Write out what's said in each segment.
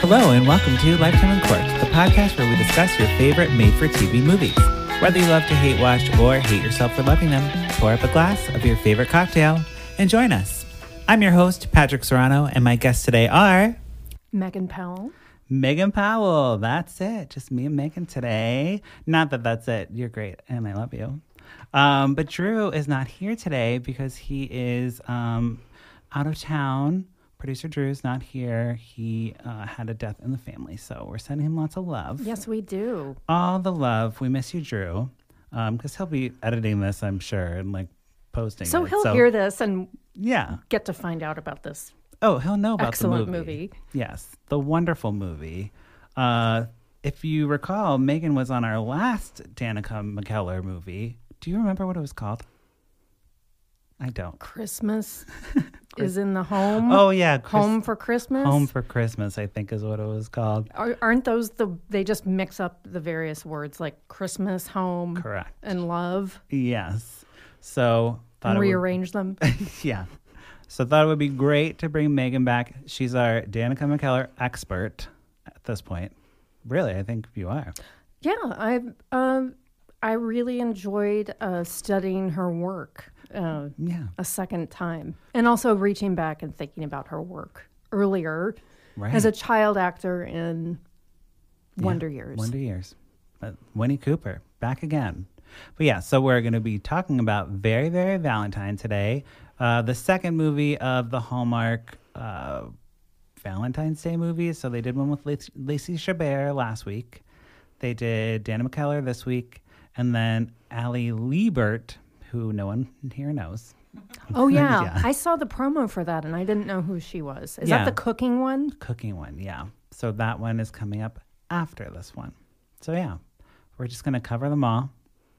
Hello, and welcome to Lifetime in Quartz, the podcast where we discuss your favorite made for TV movies. Whether you love to hate watch or hate yourself for loving them, pour up a glass of your favorite cocktail and join us. I'm your host, Patrick Serrano, and my guests today are Megan Powell. Megan Powell. That's it. Just me and Megan today. Not that that's it. You're great, and I love you. Um, but Drew is not here today because he is um, out of town. Producer Drew's not here. He uh, had a death in the family, so we're sending him lots of love. Yes, we do. All the love. We miss you, Drew, because he'll be editing this, I'm sure, and like posting. So it. he'll hear this and Yeah. get to find out about this. Oh, he'll know about Excellent the movie. Yes, the wonderful movie. Uh, if you recall, Megan was on our last Danica McKellar movie. Do you remember what it was called? I don't. Christmas is in the home. Oh yeah, Chris- home for Christmas. Home for Christmas, I think is what it was called. Are, aren't those the? They just mix up the various words like Christmas, home, Correct. and love, Yes. So thought and it would- rearrange them. yeah. So thought it would be great to bring Megan back. She's our Danica McKellar expert at this point. Really, I think you are. yeah, I um, I really enjoyed uh, studying her work. Uh, Yeah. a second time. And also reaching back and thinking about her work earlier Right. as a child actor in Wonder Years. Wonder Years. Uh, Winnie Cooper back again. But yeah, so we're going to be talking about Very, Very Valentine today, uh, the second movie of the Hallmark uh, Valentine's Day movies. So they did one with Lace- Lacey Chabert last week, they did Dana McKellar this week, and then Ali Liebert, who no one here knows. Oh, yeah. Yeah. I saw the promo for that and I didn't know who she was. Is Yeah. that the cooking one? cooking one. Yeah. So that one is coming up after this one. So yeah, we're just going to cover them all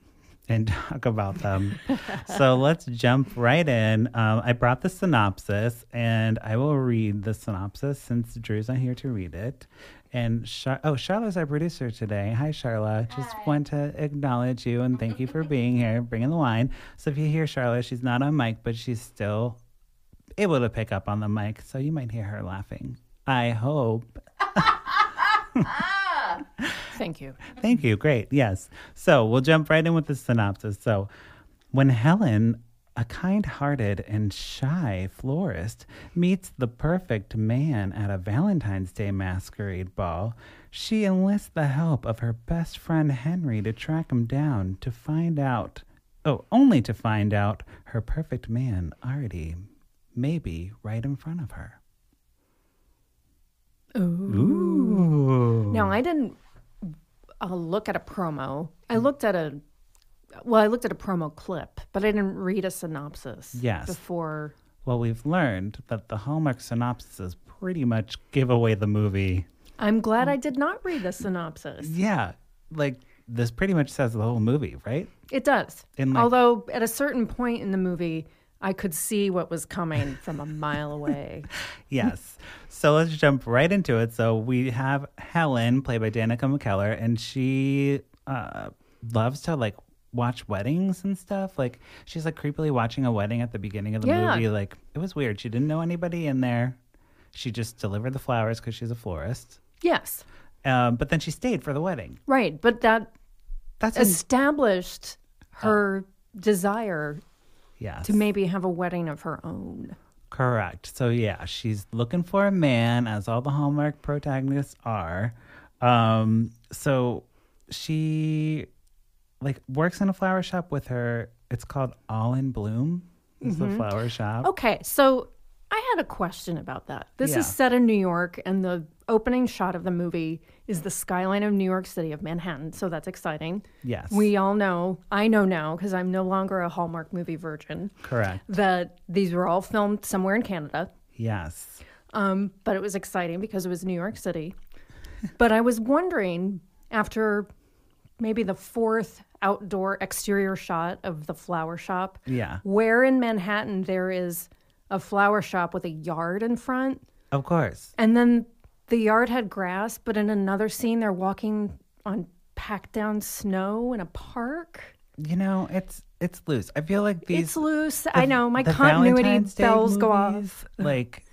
and talk about them. so let's jump right in. Um, I brought the synopsis and I will read the synopsis since Drew's not here to read it. And Char- oh, Charlotte's our producer today. Hi, Charlotte. Just want to acknowledge you and thank you for being here, bringing the wine. So if you hear Charlotte, she's not on mic, but she's still able to pick up on the mic, so you might hear her laughing. I hope. Thank you. Thank you. Great. Yes. So we'll jump right in with the synopsis. So, when Helen, a kind hearted and shy florist, meets the perfect man at a Valentine's Day masquerade ball, she enlists the help of her best friend Henry to track him down to find out. Oh, only to find out her perfect man already may be right in front of her. Ooh. Now, I didn't uh, look at a promo. I looked at a, well, I looked at a promo clip, but I didn't read a synopsis Yes. before. Well, we've learned that the Hallmark synopsis pretty much give away the movie. I'm glad I did not read the synopsis. Yeah, like this pretty much says the whole movie, right? It does. In, like- Although at a certain point in the movie, I could see what was coming from a mile away. Yes. so let's jump right into it. So we have Helen, played by Danica McKellar, and she uh, loves to like watch weddings and stuff. Like she's like creepily watching a wedding at the beginning of the Yeah. movie. Like it was weird. She didn't know anybody in there. She just delivered the flowers because she's a florist. yes, Um, but then she stayed for the wedding. right. But that That's when- established her desire yes. to maybe have a wedding of her own. Correct. So yeah, she's looking for a man, as all the Hallmark protagonists are. Um, so she like works in a flower shop with her. It's called All in Bloom. It's the flower shop. Okay, so I had a question about that. This Yeah. is set in New York, and the opening shot of the movie is the skyline of New York City of Manhattan. So that's exciting. Yes. We all know, I know now, because I'm no longer a Hallmark movie virgin. Correct. that these were all filmed somewhere in Canada, Yes. um, but it was exciting because it was New York City. but I was wondering after maybe the fourth outdoor exterior shot of the flower shop, Yeah. where in Manhattan there is a flower shop with a yard in front, Of course. and then the yard had grass, but in another scene they're walking on packed down snow in a park. You know, it's it's loose. I feel like these it's loose. I know my the continuity Valentine's Day bells go movies, off. Like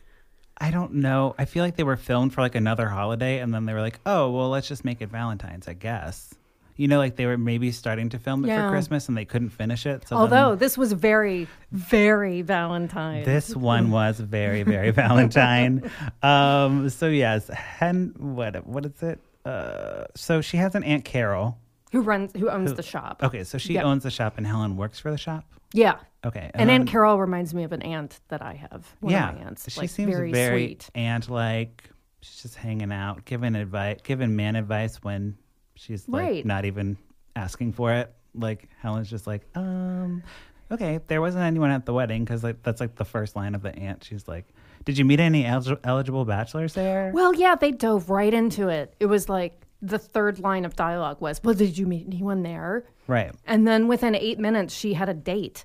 I don't know. I feel like they were filmed for like another holiday and then they were like, oh, well, let's just make it Valentine's, I guess. You know, like they were maybe starting to film it Yeah. for Christmas and they couldn't finish it. So then Although this was very, very Valentine. this one was very, very Valentine. Um, so, yes, Hen, what, what is it? Uh, so she has an Aunt Carol. who runs who owns the shop. Okay, so she Yeah. owns the shop and Helen works for the shop. Yeah. Okay. And then- Aunt Carol reminds me of an aunt that I have. One Um, yeah, of my aunts. she like, seems very, very, sweet. aunt like. She's just hanging out, giving advice, giving man advice when she's like Right. not even asking for it. Like Helen's just like, um, okay, there wasn't anyone at the wedding because like that's like the first line of the aunt. She's like, did you meet any el- eligible bachelors there? Well, yeah, they dove right into it. It was like the third line of dialogue was, Well, did you meet anyone there? Right, And then within eight minutes she had a date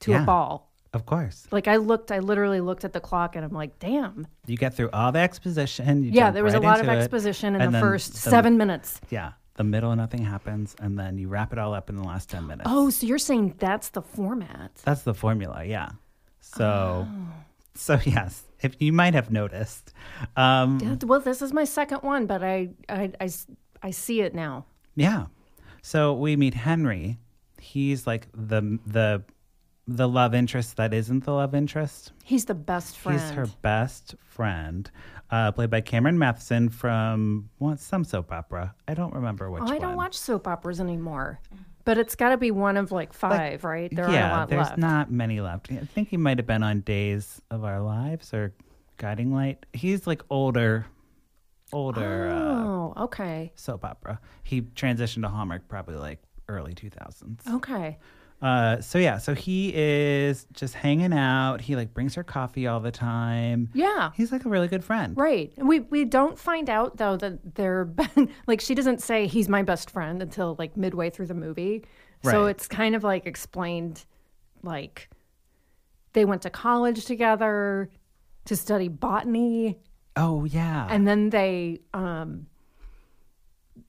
to a Yeah. ball. of course. Like I looked, I literally looked at the clock and I'm like, damn. You get through all the exposition. You Yeah, jump there was a right lot of into it, exposition in and the then first the- seven minutes. Yeah, the middle nothing happens, and then you wrap it all up in the last ten minutes. Oh, so you're saying that's the format. That's the formula, yeah. So, Oh. so yes, if you might have noticed, um, Yeah, Well, this is my second one, but I, I, I s- I see it now. yeah. So we meet Henry. He's like the the the love interest that isn't the love interest. He's the best friend. He's her best friend, uh, played by Cameron Matheson from what some soap opera. I don't remember which Oh, I one. don't watch soap operas anymore, but it's got to be one of like five, right? There yeah, are a lot there's left. not many left. I think he might have been on Days of Our Lives or Guiding Light. He's like older, older. Uh, oh, okay, soap opera. He transitioned to Hallmark probably like early 2000s. Oh. okay. Uh, so yeah, so he is just hanging out. He like brings her coffee all the time. Yeah. He's like a really good friend. Right. And We we don't find out though that they're like she doesn't say he's my best friend until like midway through the movie. So Right. it's kind of like explained like they went to college together to study botany Oh yeah. and then they um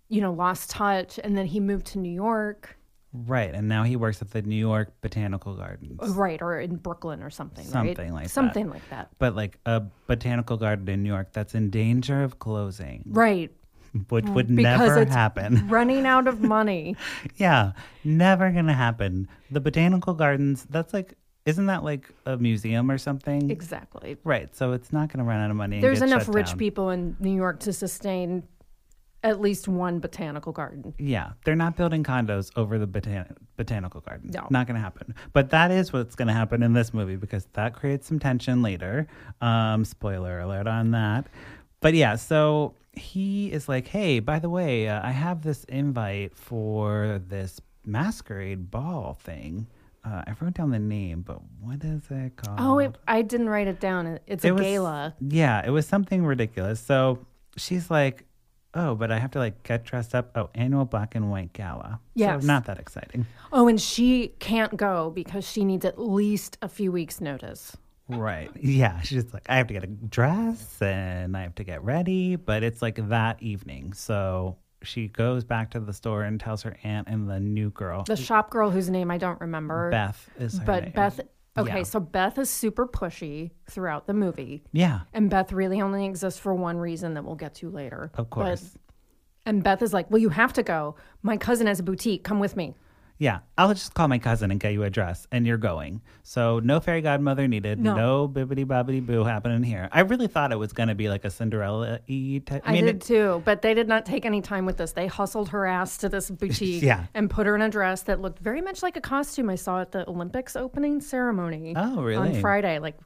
you know lost touch and then he moved to New York right. And now he works at the New York Botanical Gardens. right or in Brooklyn or something right? Something like that. something like that But like a botanical garden in New York that's in danger of closing, right which would Mm, because never it's happen. running out of money Yeah, never gonna happen. The botanical gardens, that's like, isn't that like a museum or something? exactly Right. So it's not going to run out of money. and There's get enough shut rich down. people in New York to sustain at least one botanical garden. Yeah, they're not building condos over the botan- botanical garden. No. Not going to happen. But that is what's going to happen in this movie because that creates some tension later. Um, spoiler alert on that. But yeah, so he is like, hey, by the way, uh, I have this invite for this masquerade ball thing. Uh, I wrote down the name, but what is it called? Oh, it, I didn't write it down. It- It's a It was- gala. Yeah, it was something ridiculous. So she's like, "Oh, but I have to like get dressed up." Oh, annual black and white gala. Yes. so not that exciting, Oh, and she can't go because she needs at least a few weeks' notice. right? Yeah, she's just like, "I have to get a dress and I have to get ready," but it's like that evening. So she goes back to the store and tells her aunt and the new girl, The shop girl whose name I don't remember, Beth, is her but name. Beth. Okay, Yeah. so Beth is super pushy throughout the movie, Yeah, and Beth really only exists for one reason that we'll get to later. of But- course. and Beth is like, "Well, you have to go. My cousin has a boutique. Come with me." Yeah, I'll just call my cousin and get you a dress, and you're going. So no fairy godmother needed. No. No, bibbity bobbity boo happening here. I really thought it was going to be like a Cinderella y type. I did it- too, but they did not take any time with this. They hustled her ass to this boutique Yeah. and put her in a dress that looked very much like a costume I saw at the Olympics opening ceremony. Oh, On really? Friday, like,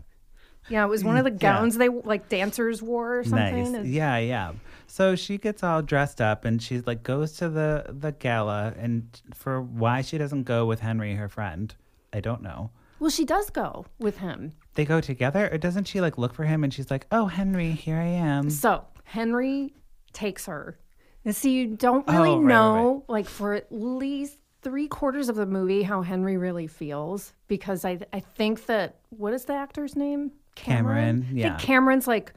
yeah, it was one of the gowns they like dancers wore or something. Nice. And- Yeah, yeah. So she gets all dressed up and she's like goes to the the gala and for why she doesn't go with Henry, her friend, I don't know. Well, she does go with him. They go together, or doesn't she like look for him and she's like, "Oh, Henry, here I am." So Henry takes her. And see, you don't really Oh, right, right, know, like, for at least three quarters of the movie, how Henry really feels because I, I think that what is the actor's name? Cameron, I yeah. think Cameron's like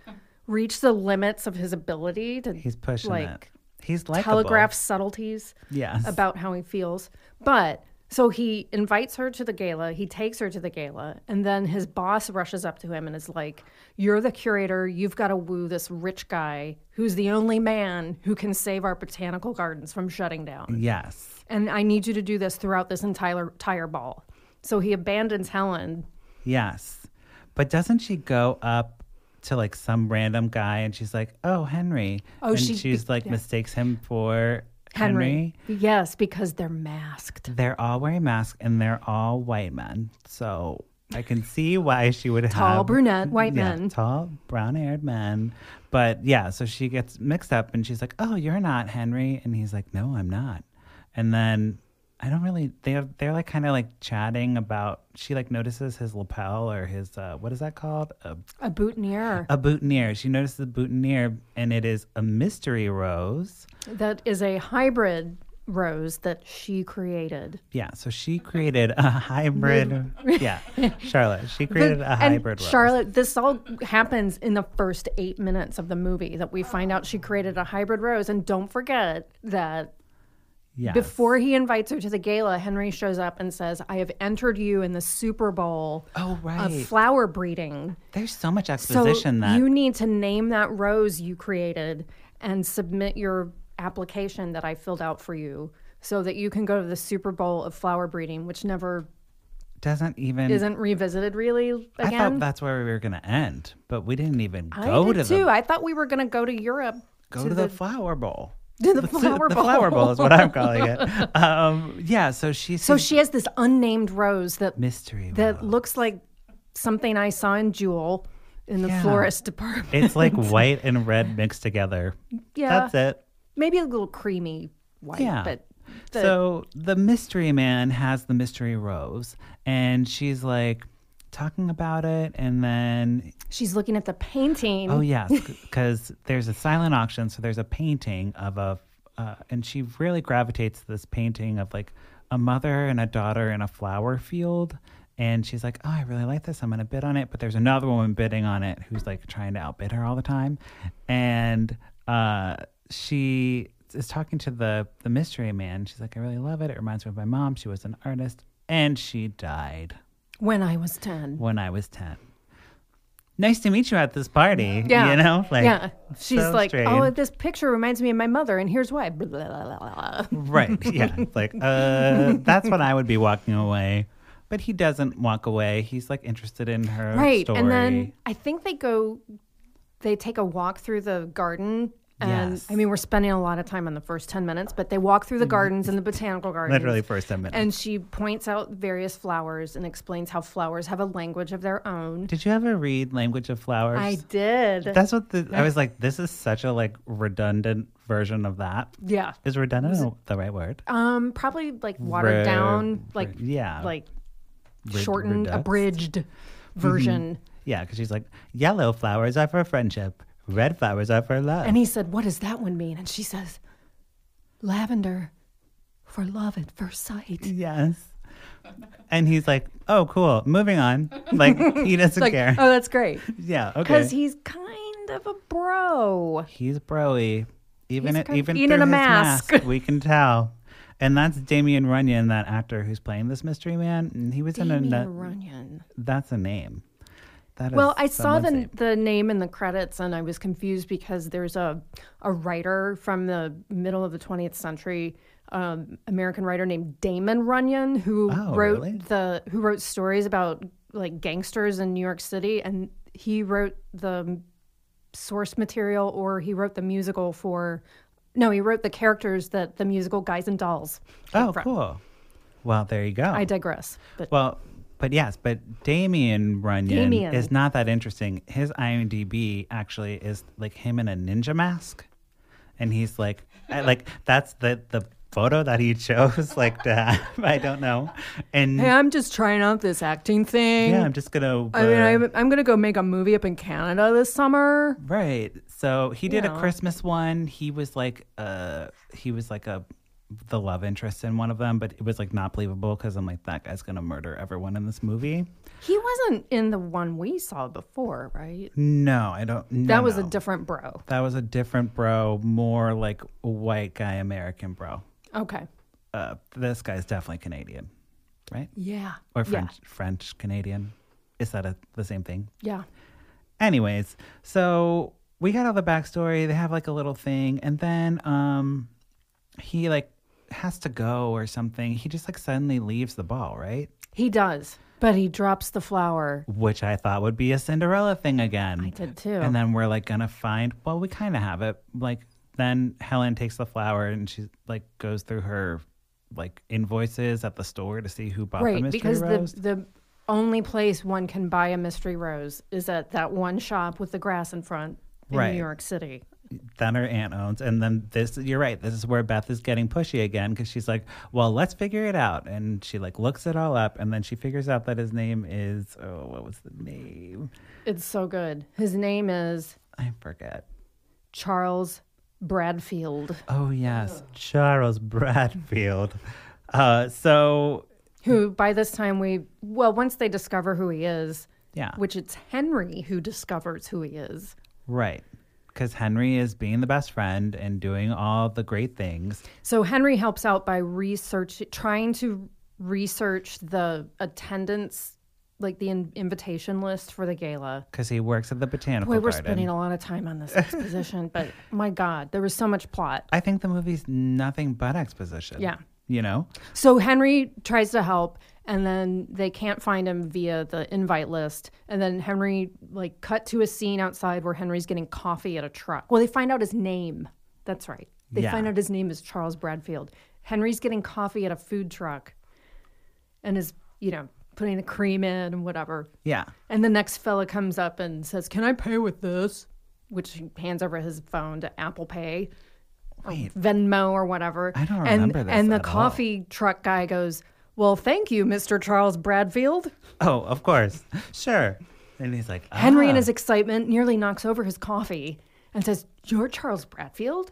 reached the limits of his ability to He's pushing like it. He's like telegraph subtleties Yes. about how he feels. But So he invites her to the gala. He takes her to the gala. And then his boss rushes up to him and is like, You're the curator. You've got to woo this rich guy who's the only man who can save our botanical gardens from shutting down. Yes. And I need you to do this throughout this entire, entire ball. So he abandons Helen. Yes. But doesn't she go up to like some random guy and she's like, "Oh, Henry." Oh, and she- she's like mistakes him for Henry. Yes, because they're masked. They're all wearing masks and they're all white men. So I can see why she would have Tall, brunette, white yeah, men. Tall, brown haired men. But yeah, so she gets mixed up and she's like, Oh, you're not Henry. And he's like, No, I'm not. And then I don't really, they're, they're like kind of like chatting about, she like notices his lapel or his, uh, what is that called? A, A boutonniere. a boutonniere. She notices the boutonniere and it is a mystery rose. That is a hybrid rose that she created. Yeah, so she created a hybrid. yeah, Charlotte. She created The- a hybrid And rose. Charlotte, this all happens in the first eight minutes of the movie that we find out she created a hybrid rose. And don't forget that Yes. before he invites her to the gala, Henry shows up and says, I have entered you in the Super Bowl Oh, right. of flower breeding. There's so much So exposition that you need to name that rose you created and submit your application that I filled out for you so that you can go to the Super Bowl of flower breeding, which never doesn't even. isn't revisited really again. I thought that's where we were going to end, but we didn't even I go did to too. the I thought we were going to go to Europe. go to, the, flower bowl. To the su- flower The flower bowl. bowl is what I'm calling it. um, yeah, so she So so she has this unnamed rose that mystery. that rose. looks like something I saw in Jewel in the Yeah. florist department. it's like white and red mixed together. Yeah. that's it. Maybe a little creamy white, Yeah. but the, so the mystery man has the mystery rose, and she's like talking about it, and then she's looking at the painting. oh yes, because there's a silent auction, so there's a painting of a, uh, and she really gravitates to this painting of like a mother and a daughter in a flower field. And she's like, "Oh, I really like this. I'm gonna bid on it." But there's another woman bidding on it who's like trying to outbid her all the time, and uh, she is talking to the the mystery man. She's like, "I really love it. It reminds me of my mom. She was an artist, and she died When I was 10. when I was ten. Nice to meet you at this party. Yeah. you know, like yeah. She's so like, oh, strange. this picture reminds me of my mother, and here's why. Blah, blah, blah, blah, blah. right, yeah, It's like uh, that's when I would be walking away. But he doesn't walk away. He's like interested in her Right. story. And then I think they go, they take a walk through the garden. And Yes. Mm-hmm. I mean, we're spending a lot of time on the first 10 minutes, but they walk through the gardens and the botanical gardens. literally first ten minutes. And she points out various flowers and explains how flowers have a language of their own. Did you ever read Language of Flowers? I did. That's what the, I was like. This is such a like redundant version of that. yeah. Is redundant the right word? Um, probably like watered Re- down, like re- yeah, like Re- shortened, reduced? abridged Mm-hmm. version. yeah, because she's like, yellow flowers are for friendship, red flowers are for love. And he said, "What does that one mean?" And she says, "Lavender, for love at first sight." yes. And he's like, oh, cool. Moving on. Like he doesn't Like, care. oh, that's great yeah. Okay. because he's kind of a bro. He's broy. Even He's it, kind of even eating through in a his mask. mask. we can tell. And that's Damien Runyon, that actor who's playing this mystery man. And he was in Damien a Runyon. that's a name. That is Well, I saw someone's the name. the name in the credits and I was confused because there's a a writer from the middle of the 20th century, um, American writer named Damon Runyon who Oh, wrote really? the who wrote stories about like gangsters in New York City and he wrote the source material or he wrote the musical for no, he wrote the characters that the musical Guys and Dolls. came Oh, from. cool. Well, there you go. I digress. But Well, but yes, but Damien Runyon Damien. is not that interesting. His IMDb actually is like him in a ninja mask, and he's like, I- like that's the the photo that he chose like to have. I don't know, and hey, I'm just trying out this acting thing. yeah, I'm just gonna. I mean, uh, I'm, I'm going to go make a movie up in Canada this summer. Right. So he did Yeah. a Christmas one. He was like uh he was like a the love interest in one of them, but it was like not believable because I'm like that guy's gonna murder everyone in this movie. He wasn't in the one we saw before, right? No, I don't. No, That was no. a different bro. that was a different bro, more like white guy American bro. Okay. Uh, this guy's definitely Canadian. right? Yeah. Or Yeah. French, French Canadian. Is that a, the same thing? Yeah. Anyways, so we got all the backstory. They have like a little thing, and then um, he like has to go or something. He just like suddenly leaves the ball, right? He does, but he drops the flower. Which I thought would be a Cinderella thing again. I did too. And then we're like gonna find. Well, we kind of have it. Like then Helen takes the flower and she like goes through her like invoices at the store to see who bought the right, mystery because rose. the the only place one can buy a mystery rose is at that one shop with the grass in front in Right. New York City. Then her aunt owns, and then this. You're right. This is where Beth is getting pushy again because she's like, "Well, let's figure it out." And she like looks it all up, and then she figures out that his name is oh, what was the name? It's so good. His name is I forget. Charles Bradfield, Oh yes, Charles Bradfield. Uh, so who by this time we well, once they discover who he is, yeah, which it's Henry who discovers who he is. right. Because Henry is being the best friend and doing all the great things. So Henry helps out by research, trying to research the attendance, like the in- invitation list for the gala. Because he works at the botanical Boy, we're garden. spending a lot of time on this exposition, but my God, there was so much plot. I think the movie's nothing but exposition. Yeah. You know. So Henry tries to help, and then they can't find him via the invite list. And then Henry, like, cut to a scene outside where Henry's getting coffee at a truck. Well, they find out his name. That's right. They Yeah. find out his name is Charles Bradfield. Henry's getting coffee at a food truck and is, you know, putting the cream in and whatever. Yeah. And the next fella comes up and says, Can I pay with this? Which he hands over his phone to Apple Pay or Venmo or whatever. I don't and, remember this And the at all. coffee truck guy goes, Well, thank you, Mr. Charles Bradfield. Oh, of course. Sure. And he's like, Henry, in "Ah." his excitement, nearly knocks over his coffee and says, You're Charles Bradfield?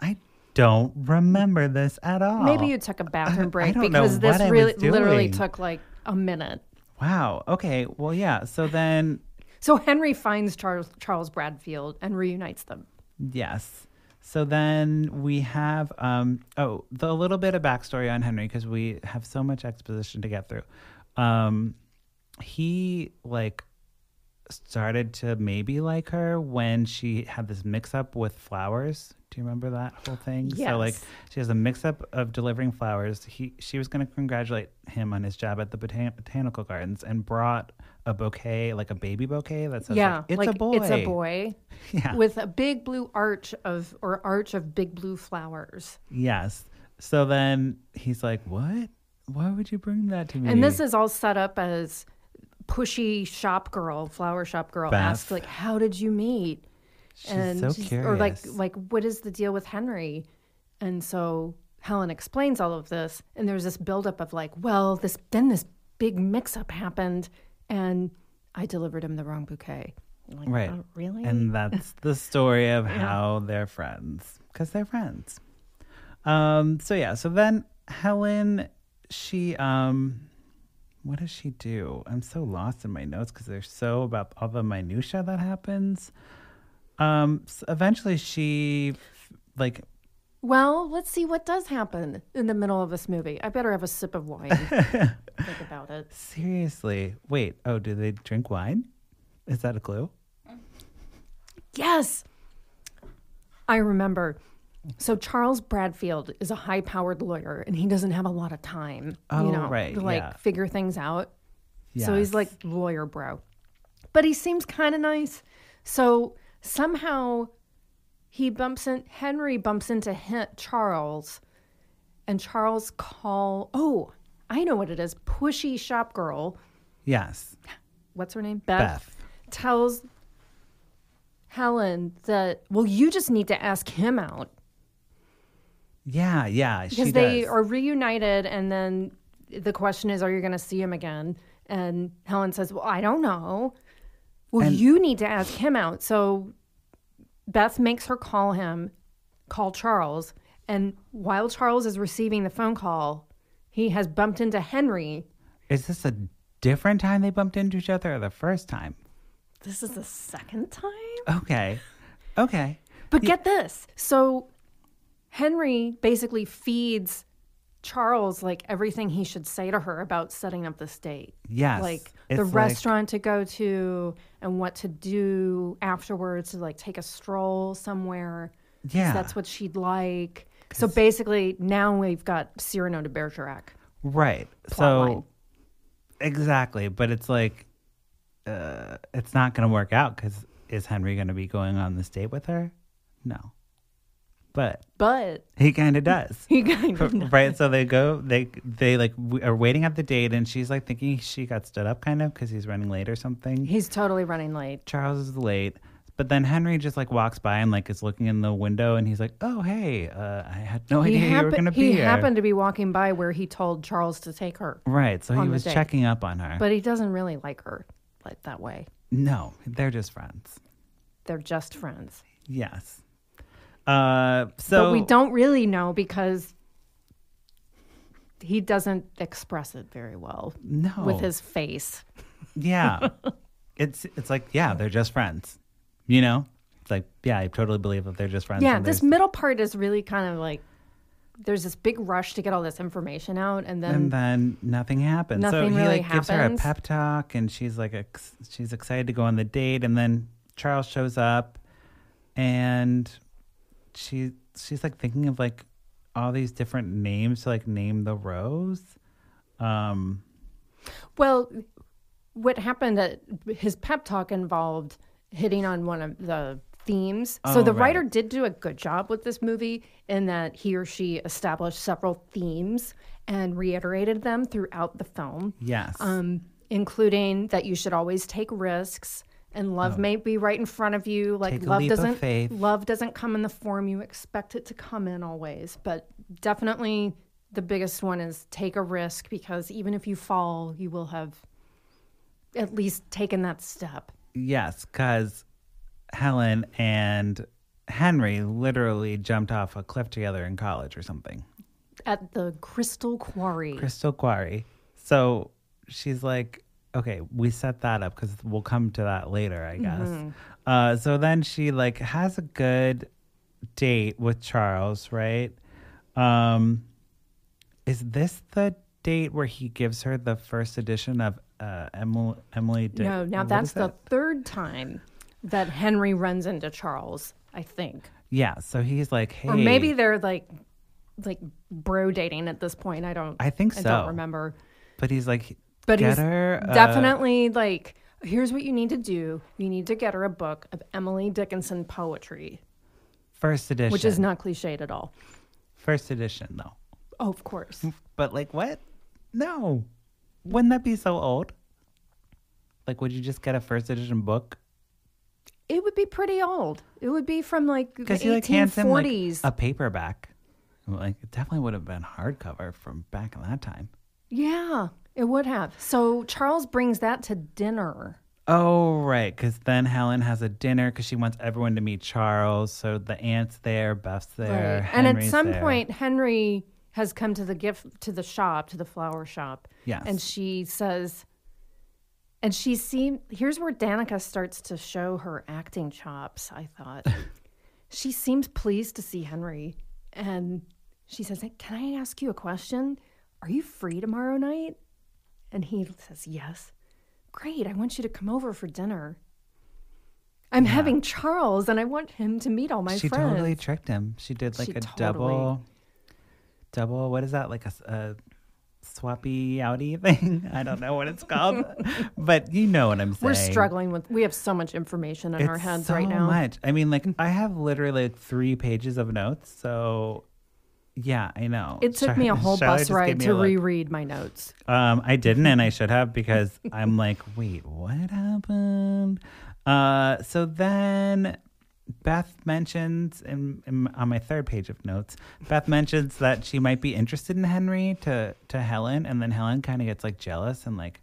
I don't remember this at all. Maybe you took a bathroom break Oh. don't know because this what I really was literally doing. took like a minute. Wow. Okay. Well, yeah. So then, So Henry finds Charles, Charles Bradfield and reunites them. yes. So then we have um oh the little bit of backstory on Henry because we have so much exposition to get through. Um, he like started to maybe like her when she had this mix up with flowers. Do you remember that whole thing? So like Yes. she has a mix up of delivering flowers. He she was going to congratulate him on his job at the botan- botanical gardens and brought a bouquet, like a baby bouquet that says like, yeah, it's like, a boy. It's a boy. Yeah. with a big blue arch of or arch of big blue flowers. Yes. So then he's like, "What? Why would you bring that to me?" And this is all set up as pushy shop girl, flower shop girl Beth. asks like, "How did you meet?" she's so curious. or like like what is the deal with Henry? And so Helen explains all of this, and there's this buildup of like, well, this then this big mix-up happened, and I delivered him the wrong bouquet. I'm like, Right. "Oh, really? And that's the story of how they're friends because they're friends. Um, so yeah, so then Helen, she, um, what does she do? I'm so lost in my notes because they're so about all the minutia that happens. Um, s eventually she, like, Well, let's see what does happen in the middle of this movie. I better have a sip of wine. Think about it. seriously, wait, oh, do they drink wine? Is that a clue? Yes. I remember. So Charles Bradfield is a high-powered lawyer and he doesn't have a lot of time, Oh, you know, right, to like yeah. figure things out. So he's Yes. like lawyer bro. But he seems kind of nice. So somehow he bumps in Henry bumps into him, Charles and Charles call Oh, I know what it is. Pushy shop girl. Yes, What's her name? Beth. tells Helen that, well, you just need to ask him out Yeah, yeah, she because they does. are reunited. And then the question is, are you going to see him again? And Helen says, well, I don't know. Well, you need to ask him out. So Beth makes her call him, call Charles. And while Charles is receiving the phone call, he has bumped into Henry. Is this a different time they bumped into each other or the first time? This is the second time? Okay. Okay. But get this. So Henry basically feeds Charles like everything he should say to her about setting up this date. Yes. Like It's the like- restaurant to go to and what to do afterwards to like take a stroll somewhere. 'cause Yeah. That's what she'd like. So basically now we've got Cyrano de Bergerac. Right. so Plot line. exactly, but it's like uh, it's not going to work out because is Henry going to be going on this date with her? No, but But he kind of does. he kind of right so they go they they like w- are waiting at the date and she's like thinking she got stood up kind of because he's running late or something he's totally running late. charles is late but then henry just like walks by and like is looking in the window and he's like oh hey uh, i had no he idea you were happen- gonna be he here happened to be walking by where he told Charles to take her. right so on he the was date. checking up on her But he doesn't really like her like that way. No, they're just friends. They're just friends. Yes. Uh, so but we don't really know because he doesn't express it very well No. with his face. yeah, it's it's like yeah, they're just friends. You know, it's like yeah, I totally believe that they're just friends. Yeah, and this there's- middle part is really kind of like there's this big rush to get all this information out, and then and then nothing happens. so Nothing he really like gives her a happens. pep talk, and she's like ex- she's excited to go on the date, and then Charles shows up, and she she's like thinking of like all these different names to like name the rose. Um, well, what happened at his pep talk involved hitting on one of the themes. so Oh, the right. writer did do a good job with this movie in that he or she established several themes and reiterated them throughout the film. yes. um, including that you should always take risks and love may be right in front of you. Like Oh. Take a love leap of doesn't faith. love doesn't come in the form you expect it to come in always, but definitely the biggest one is take a risk because even if you fall, you will have at least taken that step. Yes, because Helen and Henry literally jumped off a cliff together in college or something. At the crystal quarry. Crystal Quarry. So she's like, okay, we set that up because we'll come to that later, I guess. Mm-hmm. Uh, so then she like has a good date with Charles, right? Um, is this the date where he gives her the first edition of uh, Emily? Emily Dick- no, now what that's is the that? third time that Henry runs into Charles, I think. yeah. So he's like, hey, or maybe they're like like bro dating at this point. I don't. I think I so. don't remember. But he's like, But get he's her, uh, definitely like, here's what you need to do. You need to get her a book of Emily Dickinson poetry, first edition, which is not cliched at all. first edition though. Oh, of course. But like, what? No, wouldn't that be so old? Like, would you just get a first edition book? It would be pretty old. It would be from like the Because he like hands him like, 1840s. a paperback. Like, it definitely would have been hardcover from back in that time. yeah, it would have. So Charles brings that to dinner. Oh right, because then Helen has a dinner because she wants everyone to meet Charles. So the aunt's there, Beth's there, Right. and at Henry's some there. point, Henry has come to the gift to the shop to the flower shop. Yes. and she says, and she seems. Here's where Danica starts to show her acting chops. I thought she seems pleased to see Henry, and she says, "Hey, "Can I ask you a question? Are you free tomorrow night?" And he says, "Yes." Great. I want you to come over for dinner. I'm having Charles, and I want him to meet all my she friends. totally tricked him. She did like She a totally- double, double. What is that? Like a, s- a swappy outy thing? I don't know what it's called, but you know what I'm saying. We're struggling with. We have so much information in It's our heads so right now. Much. I mean, like I have literally like three pages of notes. So yeah, I know. It took Char- me a whole Charlotte just bus gave ride me to a look. reread my notes. Um, I didn't, and I should have because I'm like, wait, what happened? Uh, so then Beth mentions, in, in, on my third page of notes, Beth mentions that she might be interested in Henry to to Helen, and then Helen kind of gets like jealous and like,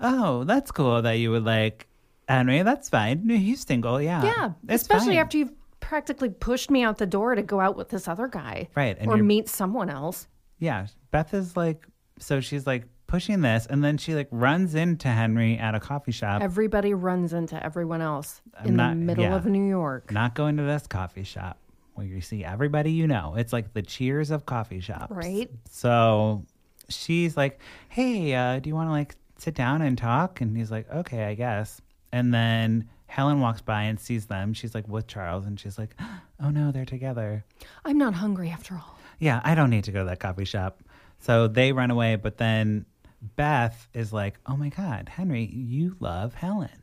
oh, that's cool that you would like Henry. That's fine. He's single. Yeah. Yeah, Uh, It's especially fine." after you've practically pushed me out the door to go out with this other guy, Right, and or you're- meet someone else. Yeah, Beth is like, so she's like pushing this, and then she like runs into Henry at a coffee shop. Everybody runs into everyone else in not- the middle yeah. of New York. Not going to this coffee shop. where you see everybody you know. It's like the cheers of coffee shops. Right. So she's like, hey, uh, do you want to like sit down and talk? And he's like, okay, I guess. And then Helen walks by and sees them. She's like with Charles and she's like, oh no, they're together. I'm not hungry after all. Yeah, I don't need to go to that coffee shop. So they run away. But then Beth is like, oh my God, Henry, you love Helen.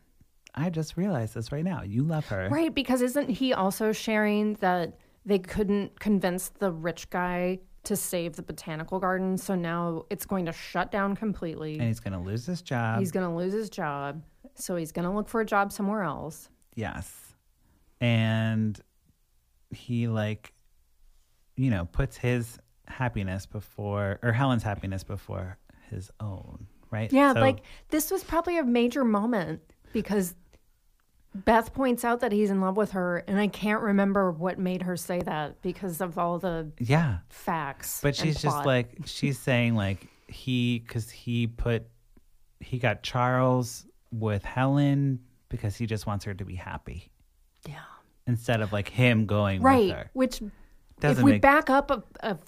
I just realized this right now. You love her. Right, because isn't he also sharing that they couldn't convince the rich guy to save the botanical garden, so now it's going to shut down completely. And he's going to lose his job. he's going to lose his job, so he's going to look for a job somewhere else. Yes. And he like you know, puts his happiness before or Helen's happiness before his own, right? Yeah, So- like this was probably a major moment because Beth points out that he's in love with her, and I can't remember what made her say that because of all the Yeah. facts. But and she's just plot. like she's saying like he cuz he put he got Charles with Helen because he just wants her to be happy yeah, instead of like him going with right. her. Which, if Doesn't we make- back up a, a f-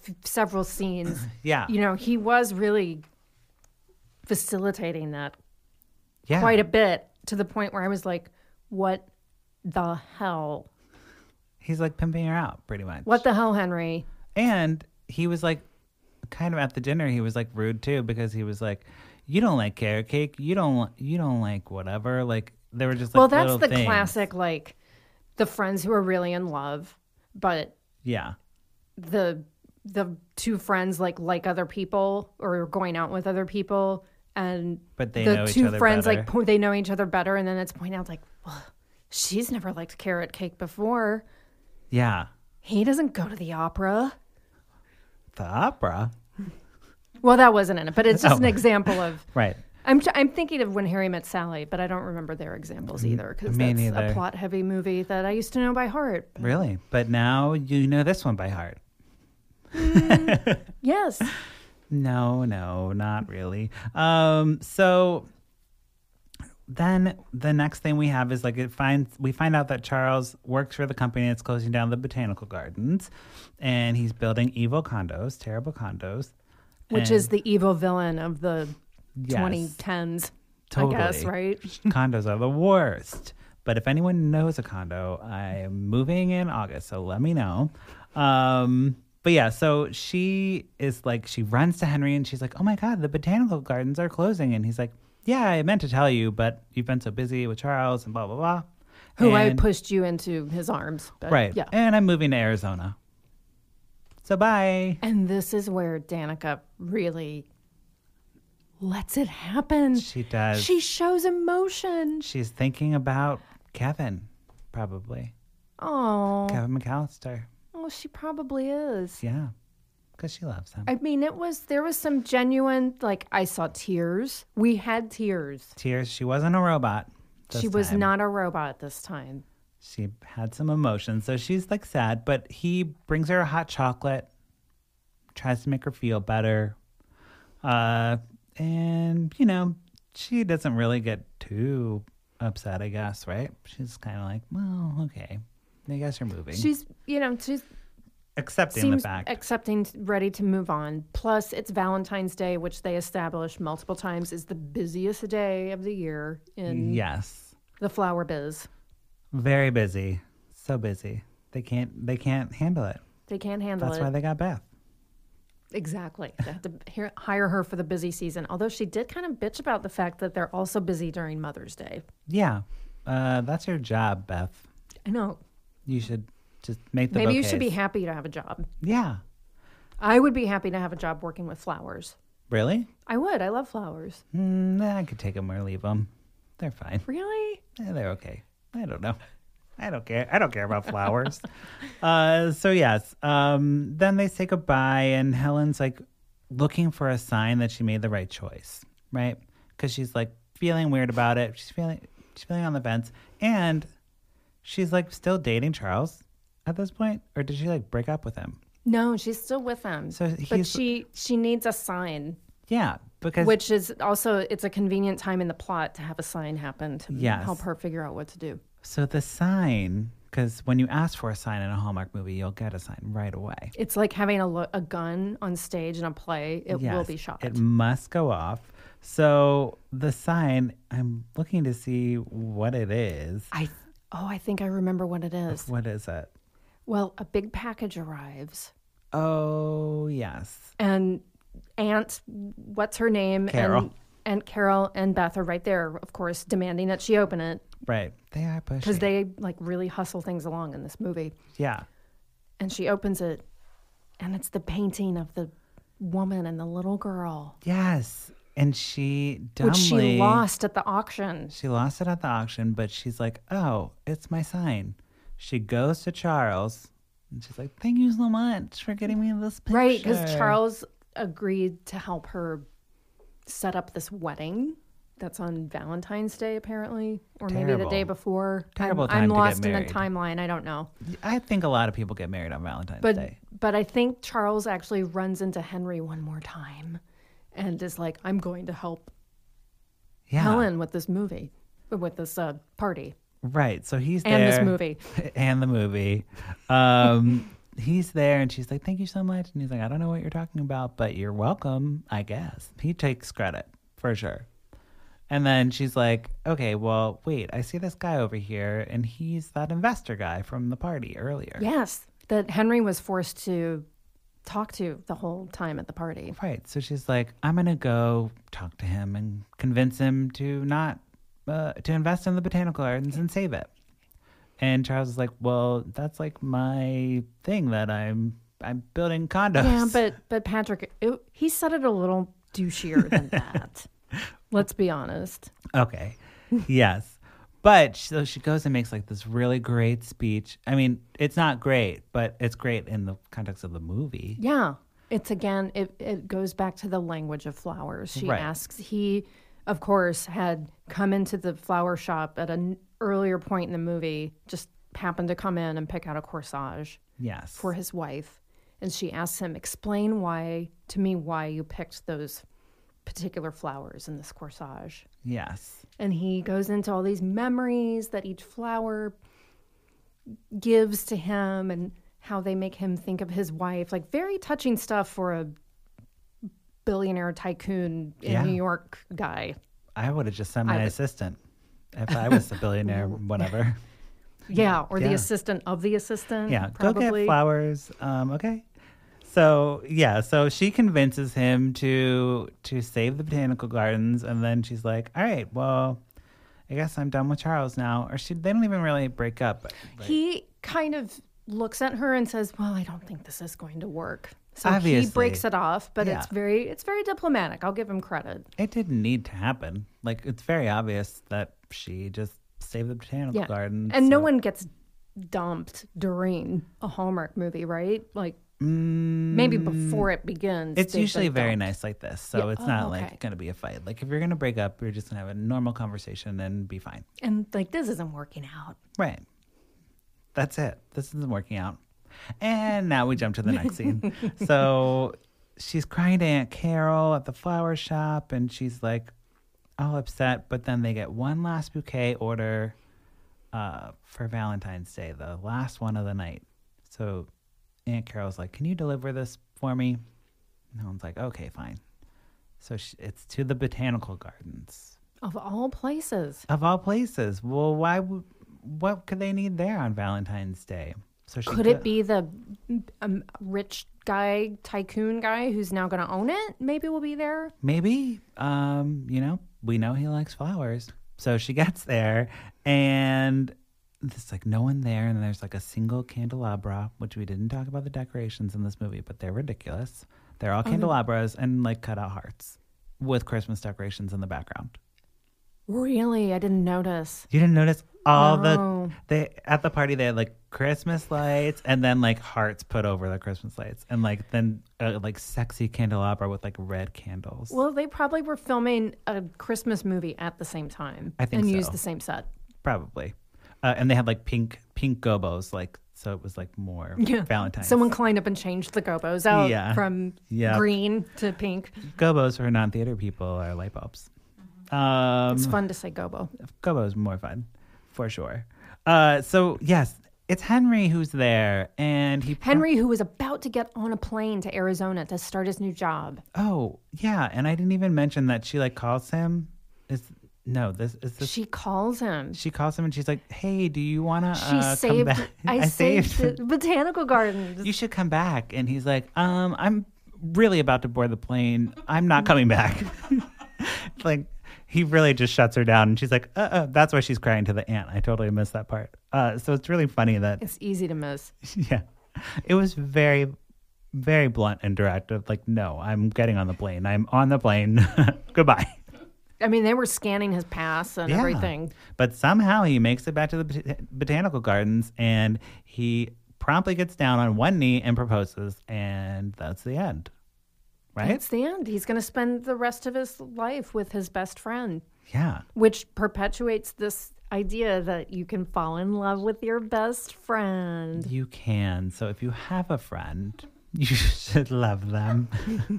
several scenes, Yeah. you know, he was really facilitating that yeah. quite a bit to the point where I was like, what the hell? He's like pimping her out pretty much. What the hell, Henry? And he was like, kind of at the dinner, he was like rude too because he was like, "You don't like carrot cake. You don't. You don't like whatever." Like they were just like, well, that's little the things. classic, like the friends who are really in love, but Yeah, the the two friends like like other people or going out with other people and But they the know each two other friends like better. po- they know each other better and then it's pointed out like well she's never liked carrot cake before yeah. he doesn't go to the opera The opera, well that wasn't in it but it's just Oh. an example of right? I'm tr- I'm thinking of When Harry Met Sally, but I don't remember their examples either because me that's neither. a plot-heavy movie that I used to know by heart. Really? But now you know this one by heart. Yes, No, no, not really. Um, so then the next thing we have is like it finds we find out that Charles works for the company that's closing down the botanical gardens, and he's building evil condos, terrible condos, which and- is the evil villain of the Yes. 2010s, I guess, Totally. right? condos are the worst. But if anyone knows a condo, I'm moving in August, so let me know. Um, but yeah, so she is like, she runs to Henry and she's like, oh my God, the botanical gardens are closing. And he's like, yeah, I meant to tell you, but you've been so busy with Charles and blah, blah, blah. Who I And- pushed you into his arms, but Right. Yeah, And I'm moving to Arizona. So bye. and this is where Danica really lets it happen. She does. She shows emotion. She's thinking about Kevin, probably. Oh, Kevin McAllister. well, she probably is. Yeah. Because she loves him. I mean, it was there was some genuine like I saw tears. We had tears. tears. She wasn't a robot. this she was time. not a robot this time. She had some emotion. So she's like sad, but he brings her a hot chocolate, tries to make her feel better. Uh, and, you know, she doesn't really get too upset, I guess, right? She's kind of like, well, okay. I guess you're moving. She's, you know, she accepting the seems fact. accepting, ready to move on. Plus, it's Valentine's Day, which they established multiple times is the busiest day of the year Mm. in yes. the flower biz. Very busy. So busy. They can't they can't handle it. They can't handle That's it. why they got Beth. exactly. They had to hir- hire her for the busy season. Although she did kind of bitch about the fact that they're also busy during Mother's Day. Yeah. Uh, that's your job, Beth. I know. You should just make the Maybe you should be bouquets. happy to have a job. Yeah. I would be happy to have a job working with flowers. Really? I would. I love flowers. Mm, nah, I could take them or leave them. They're fine. Really? Eh, They're okay. I don't know. I don't care. I don't care about flowers. uh, so yes. Um, then they say goodbye, and Helen's like looking for a sign that she made the right choice, right? Because she's like feeling weird about it. She's feeling she's feeling on the fence, and she's like still dating Charles at this point, or did she like break up with him? No, she's still with him. So but he's- she she needs a sign, Yeah, because which is also it's a convenient time in the plot to have a sign happen to Yes. help her figure out what to do. So the sign, Because when you ask for a sign in a Hallmark movie, you'll get a sign right away. It's like having a, lo- a gun on stage in a play. It will Yes, be shot. It must go off. So the sign, I'm looking to see what it is. I oh, I think I remember what it is. What is it? Well, a big package arrives, Oh, yes. and Aunt, what's her name? Carol. And, and Carol and Beth are right there, of course, demanding that she open it Right. They are pushing. because they like really hustle things along in this movie. yeah. And she opens it, and it's the painting of the woman and the little girl, Yes. And she dumbly. which she lost at the auction. She lost it at the auction, but she's like, oh, it's my sign. She goes to Charles and she's like, thank you so much for getting me this picture. Right, because Charles agreed to help her set up this wedding that's on Valentine's Day, apparently, or maybe the day Terrible. before. Terrible I'm, time I'm to get lost in the married. timeline. I don't know, I think a lot of people get married on Valentine's but Day. but I think Charles actually runs into Henry one more time, and is like, "I'm going to help Yeah. Helen with this movie, with this uh, party Right. So he's and there. this movie." and the movie. Um, he's there and she's like, thank you so much. And he's like, I don't know what you're talking about, but you're welcome, I guess. He takes credit for sure. And then she's like, okay, well, wait, I see this guy over here and he's that investor guy from the party earlier. Yes, that Henry was forced to talk to the whole time at the party. Right. So she's like, I'm going to go talk to him and convince him to not, uh, to invest in the botanical gardens and save it. And Charles is like, well, that's like my thing that I'm, I'm building condos. Yeah, but but Patrick, it, he said it a little douchier than that. Let's be honest. Okay. yes. But sh- so she goes and makes like this really great speech. I mean, it's not great, but it's great in the context of the movie. Yeah, it's again, it it goes back to the language of flowers. She Right. asks. He, of course, had come into the flower shop at an earlier point in the movie. Just happened to come in and pick out a corsage Yes. for his wife, and she asks him, "Explain why to me why you picked those particular flowers in this corsage." yes. and he goes into all these memories that each flower gives to him and how they make him think of his wife like very touching stuff for a billionaire tycoon in Yeah. new york guy I would have just sent my I would- assistant if I was a billionaire, whatever. yeah or Yeah. the assistant of the assistant Yeah. Go Mm-hmm. probably get flowers. Um, okay. So yeah, so she convinces him to to save the botanical gardens, and then she's like, "All right, well, I guess I'm done with Charles now." Or she they don't even really break up. right? he kind of looks at her and says well i don't think this is going to work so Obviously. he breaks it off but Yeah. it's very it's very diplomatic i'll give him credit It didn't need to happen. Like it's very obvious that she just saved the botanical Yeah. garden. And no so- one gets dumped during a Hallmark movie, right? Like maybe before it begins. mm, It's they've usually been very dumped. nice like this, so Yeah. it's Oh, not okay. like going to be a fight. Like if you're going to break up, you're just going to have a normal conversation and be fine. And like this isn't working out. Right. That's it. This isn't working out. And now we jump to the next scene. So she's crying to Aunt Carol at the flower shop and she's like all upset, but then they get one last bouquet order uh, for Valentine's Day, the last one of the night. So Aunt Carol's like, Can you deliver this for me? And Helen's like, Okay, fine. So she, it's to the botanical gardens Of all places. of all places. Well, why? would What could they need there on Valentine's Day? So she Could it be the um, rich guy, tycoon guy who's now going to own it? Maybe we'll be there. Maybe. Um, you know, we know he likes flowers. So she gets there, and there's like no one there, and there's like a single candelabra, which we didn't talk about the decorations in this movie, but they're ridiculous. They're Oh, all candelabras and like cut out hearts with Christmas decorations in the background. Really? I didn't notice. You didn't notice all No. the they at the party they had like Christmas lights and then like hearts put over the Christmas lights and like then uh, like sexy candelabra with like red candles. Well, they probably were filming a Christmas movie at the same time I think and so. used the same set. Probably, uh, and they had like pink pink gobos like so it was like more Valentine's. Someone climbed up and changed the gobos out Yeah. from Yep. green to pink. gobos for non theater people are light bulbs. Um, It's fun to say gobo. Gobo's more fun, for sure. Uh, so yes, it's Henry who's there, and he pro- Henry, who was about to get on a plane to Arizona to start his new job. oh yeah, and I didn't even mention that she like calls him. Is no this is this She calls him. she calls him and she's like, hey, do you wanna? She uh, Come saved. back? I, saved, the botanical gardens. you should come back. And he's like, um, I'm really about to board the plane. I'm not coming back. It's like, he really just shuts her down. And she's like, uh, uh, that's why she's crying to the aunt. I totally missed that part. Uh, so it's really funny that, It's easy to miss. yeah, it was very, very blunt and direct of like, no, I'm getting on the plane. I'm on the plane. Goodbye. I mean, they were scanning his pass and Yeah. everything. But somehow he makes it back to the bot- botanical gardens and he promptly gets down on one knee and proposes. And that's the end. Right? It's the end. He's going to spend the rest of his life with his best friend, Yeah. which perpetuates this idea that you can fall in love with your best friend. You can. So if you have a friend, you should love them.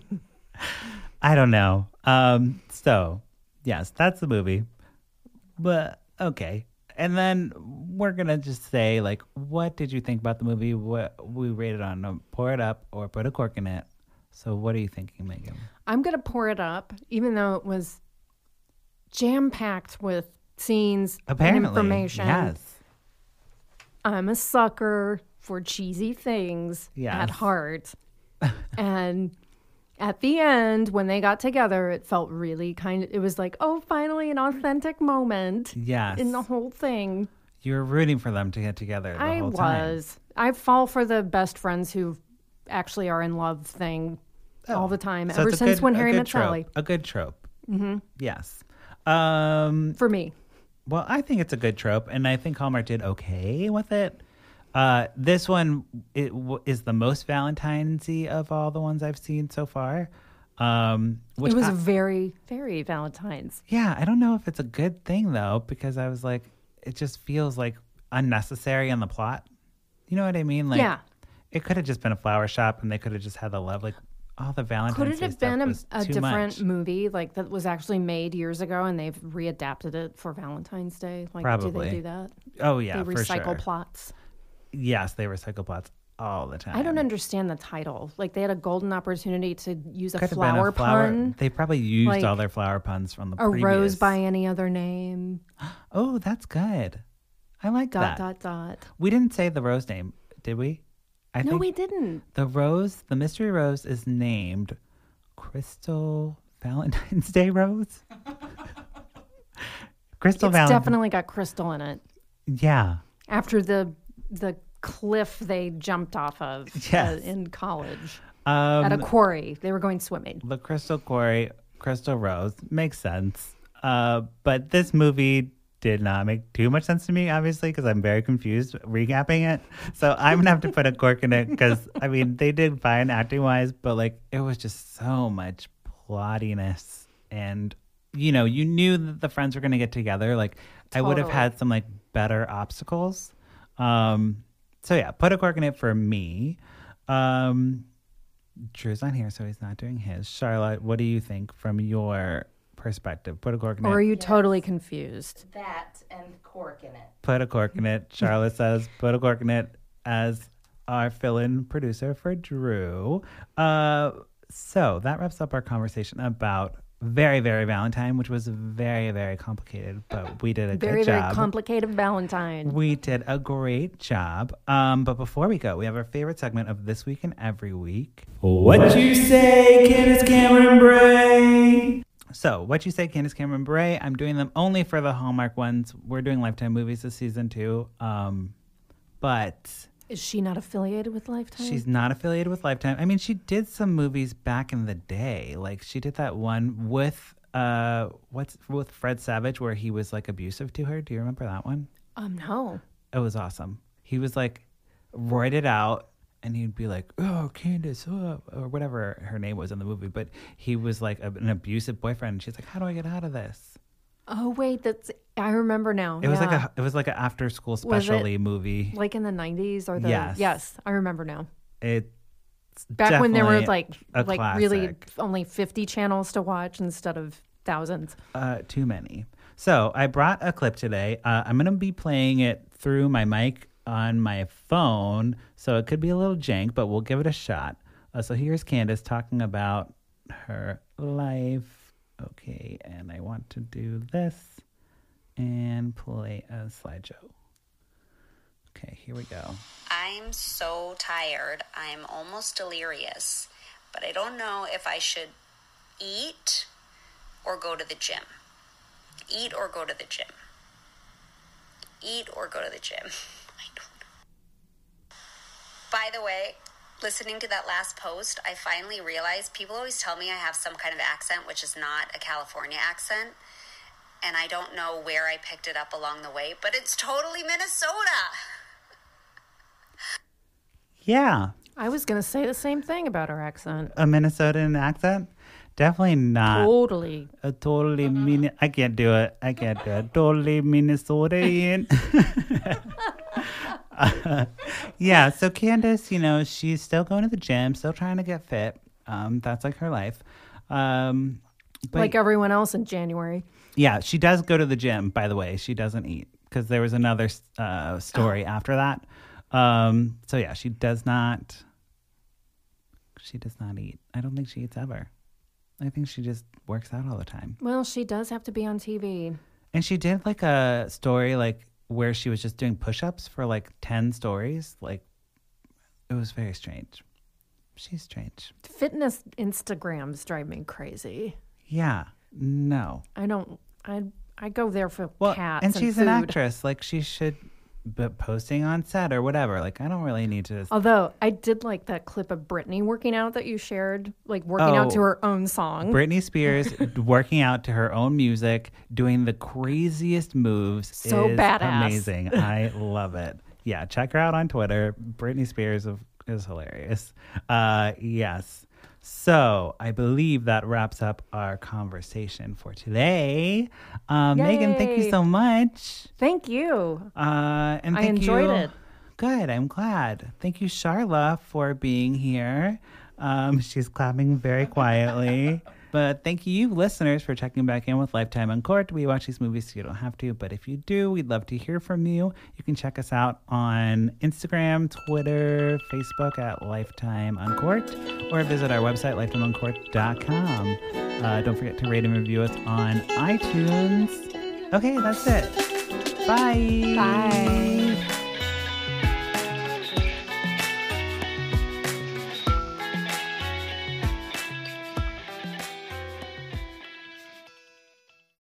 I don't know. Um, so, yes, that's the movie. But okay. And then we're going to just say, like, what did you think about the movie? What we rated on uh, pour it up or put a cork in it. So, what are you thinking, Megan? I'm going to pour it up, even though it was jam packed with scenes and Apparently, information. yes. I'm a sucker for cheesy things Yes. at heart. and at the end, when they got together, it felt really kind of, it was like, oh, finally an authentic moment Yes. in the whole thing. you were rooting for them to get together the I whole was. time. I fall for the best friends who actually are in love thing all the time, Oh. So ever it's a since good- when a Harry good Met trope, Sally. Mm-hmm. A good trope. Yes. Um, For me. well, I think it's a good trope, and I think Hallmark did okay with it. Uh, this one it w- is the most Valentine's-y of all the ones I've seen so far. Um, which It was I- very, very Valentine's. yeah, I don't know if it's a good thing though, because I was like, it just feels like unnecessary in the plot. You know what I mean? Like, Yeah. it could have just been a flower shop, and they could have just had the love. Like, all the Valentine's. Could it Day have stuff been a, was a too different much. movie, like that was actually made years ago, and they've readapted it for Valentine's Day? Like, do Probably. they do that? Oh yeah, they for recycle sure. plots. Yes, they recycle plots all the time. I don't understand the title. Like, they had a golden opportunity to use a Could have been flower, pun, They probably used Like, all their flower puns from the a rose previous- by any other name. Oh, that's good. I like Dot that. dot dot. We didn't say the rose name, did we? I No, think we didn't. the rose, the mystery rose, is named Crystal Valentine's Day Rose. Crystal it's Valentine. definitely got crystal in it. Yeah. After the the cliff they jumped off of uh, Yes. in college Um, at a quarry, they were going swimming. the crystal quarry crystal rose makes sense uh, but this movie did not make too much sense to me obviously because i'm very confused recapping it so i'm gonna have to put a cork in it because i mean they did fine acting wise but like it was just so much plottiness and you know you knew that the friends were gonna get together like i would have Totally. had some like better obstacles um so yeah put a cork in it for me um Drew's on here, so he's not doing his. Charlotte, what do you think from your perspective? Put a cork in Or are it. you totally confused? That and cork in it. Put a cork in it. Charlotte says, put a cork in it as our fill in producer for Drew. Uh, so that wraps up our conversation about Very, Very Valentine, which was very, very complicated, but we did a Very, good very job. complicated Valentine. We did a great job. Um, but before we go, we have our favorite segment of this week and every week. What you say, Candace Cameron Bray? So, what you say, Candace Cameron Bray? I'm doing them only for the Hallmark ones. We're doing Lifetime movies this season too. Um, but Is she not affiliated with Lifetime? She's not affiliated with Lifetime. I mean, she did some movies back in the day. Like she did that one with uh what's with Fred Savage where he was like abusive to her. Do you remember that one? um no. It was awesome. He was like roided out and he'd be like, oh, Candace, oh, or whatever her name was in the movie. But he was like a, an abusive boyfriend. And she's like, how do I get out of this? Oh wait, that's I remember now. It was like Yeah. a it was like an after school specialty movie. like in the 90s or the Yes. I remember now. It's Back when there were definitely like a like really classic. only 50 channels to watch instead of thousands. Uh, too many. So I brought a clip today. Uh, I'm going to be playing it through my mic on my phone, so it could be a little jank, but we'll give it a shot. Uh, so here's Candace talking about her life. Okay, and I want to do this and play a slideshow. Okay, here we go. I'm so tired. I'm almost delirious, but I don't know if I should eat or go to the gym. Eat or go to the gym. Eat or go to the gym. I don't know. By the way, listening to that last post, I finally realized people always tell me I have some kind of accent, which is not a California accent. And I don't know where I picked it up along the way, but it's totally Minnesota. Yeah, I was going to say the same thing about her accent. a Minnesotan accent? Definitely not. Totally. A totally Min- I can't do it. I can't do it. Totally Minnesotan. yeah. So Candace, you know, she's still going to the gym, still trying to get fit. Um, that's like her life. Um, but like everyone else in January. yeah, she does go to the gym. By the way, she doesn't eat because there was another uh, story after that. Um, so yeah, she does not. She does not eat. I don't think she eats ever. I think she just works out all the time. Well, she does have to be on TV. And she did like a story like where she was just doing push-ups for like 10 stories. Like it was very strange. She's strange. Fitness Instagrams drive me crazy. Yeah. No. I don't. I I go there for Well, cats and she's food. an actress. Like she should be posting on set or whatever. Like I don't really need to Although I did like that clip of Britney working out that you shared, like working Oh. out to her own song. Britney Spears working out to her own music, doing the craziest moves. So is badass. Amazing. I love it. Yeah, check her out on Twitter. Britney Spears of- is hilarious. Uh, yes. So I believe that wraps up our conversation for today. Uh, Megan, thank you Yay. so much. Thank you. Uh, and I thank enjoyed you- it. Good. I'm glad. Thank you, Charla, for being here. Um, she's clapping very quietly. but thank you, listeners, for checking back in with Lifetime on Court. We watch these movies so you don't have to, but if you do, we'd love to hear from you. You can check us out on Instagram, Twitter, Facebook at Lifetime on Court, or visit our website, lifetimeoncourt.com. Uh, don't forget to rate and review us on iTunes. Okay, that's it. Bye. Bye.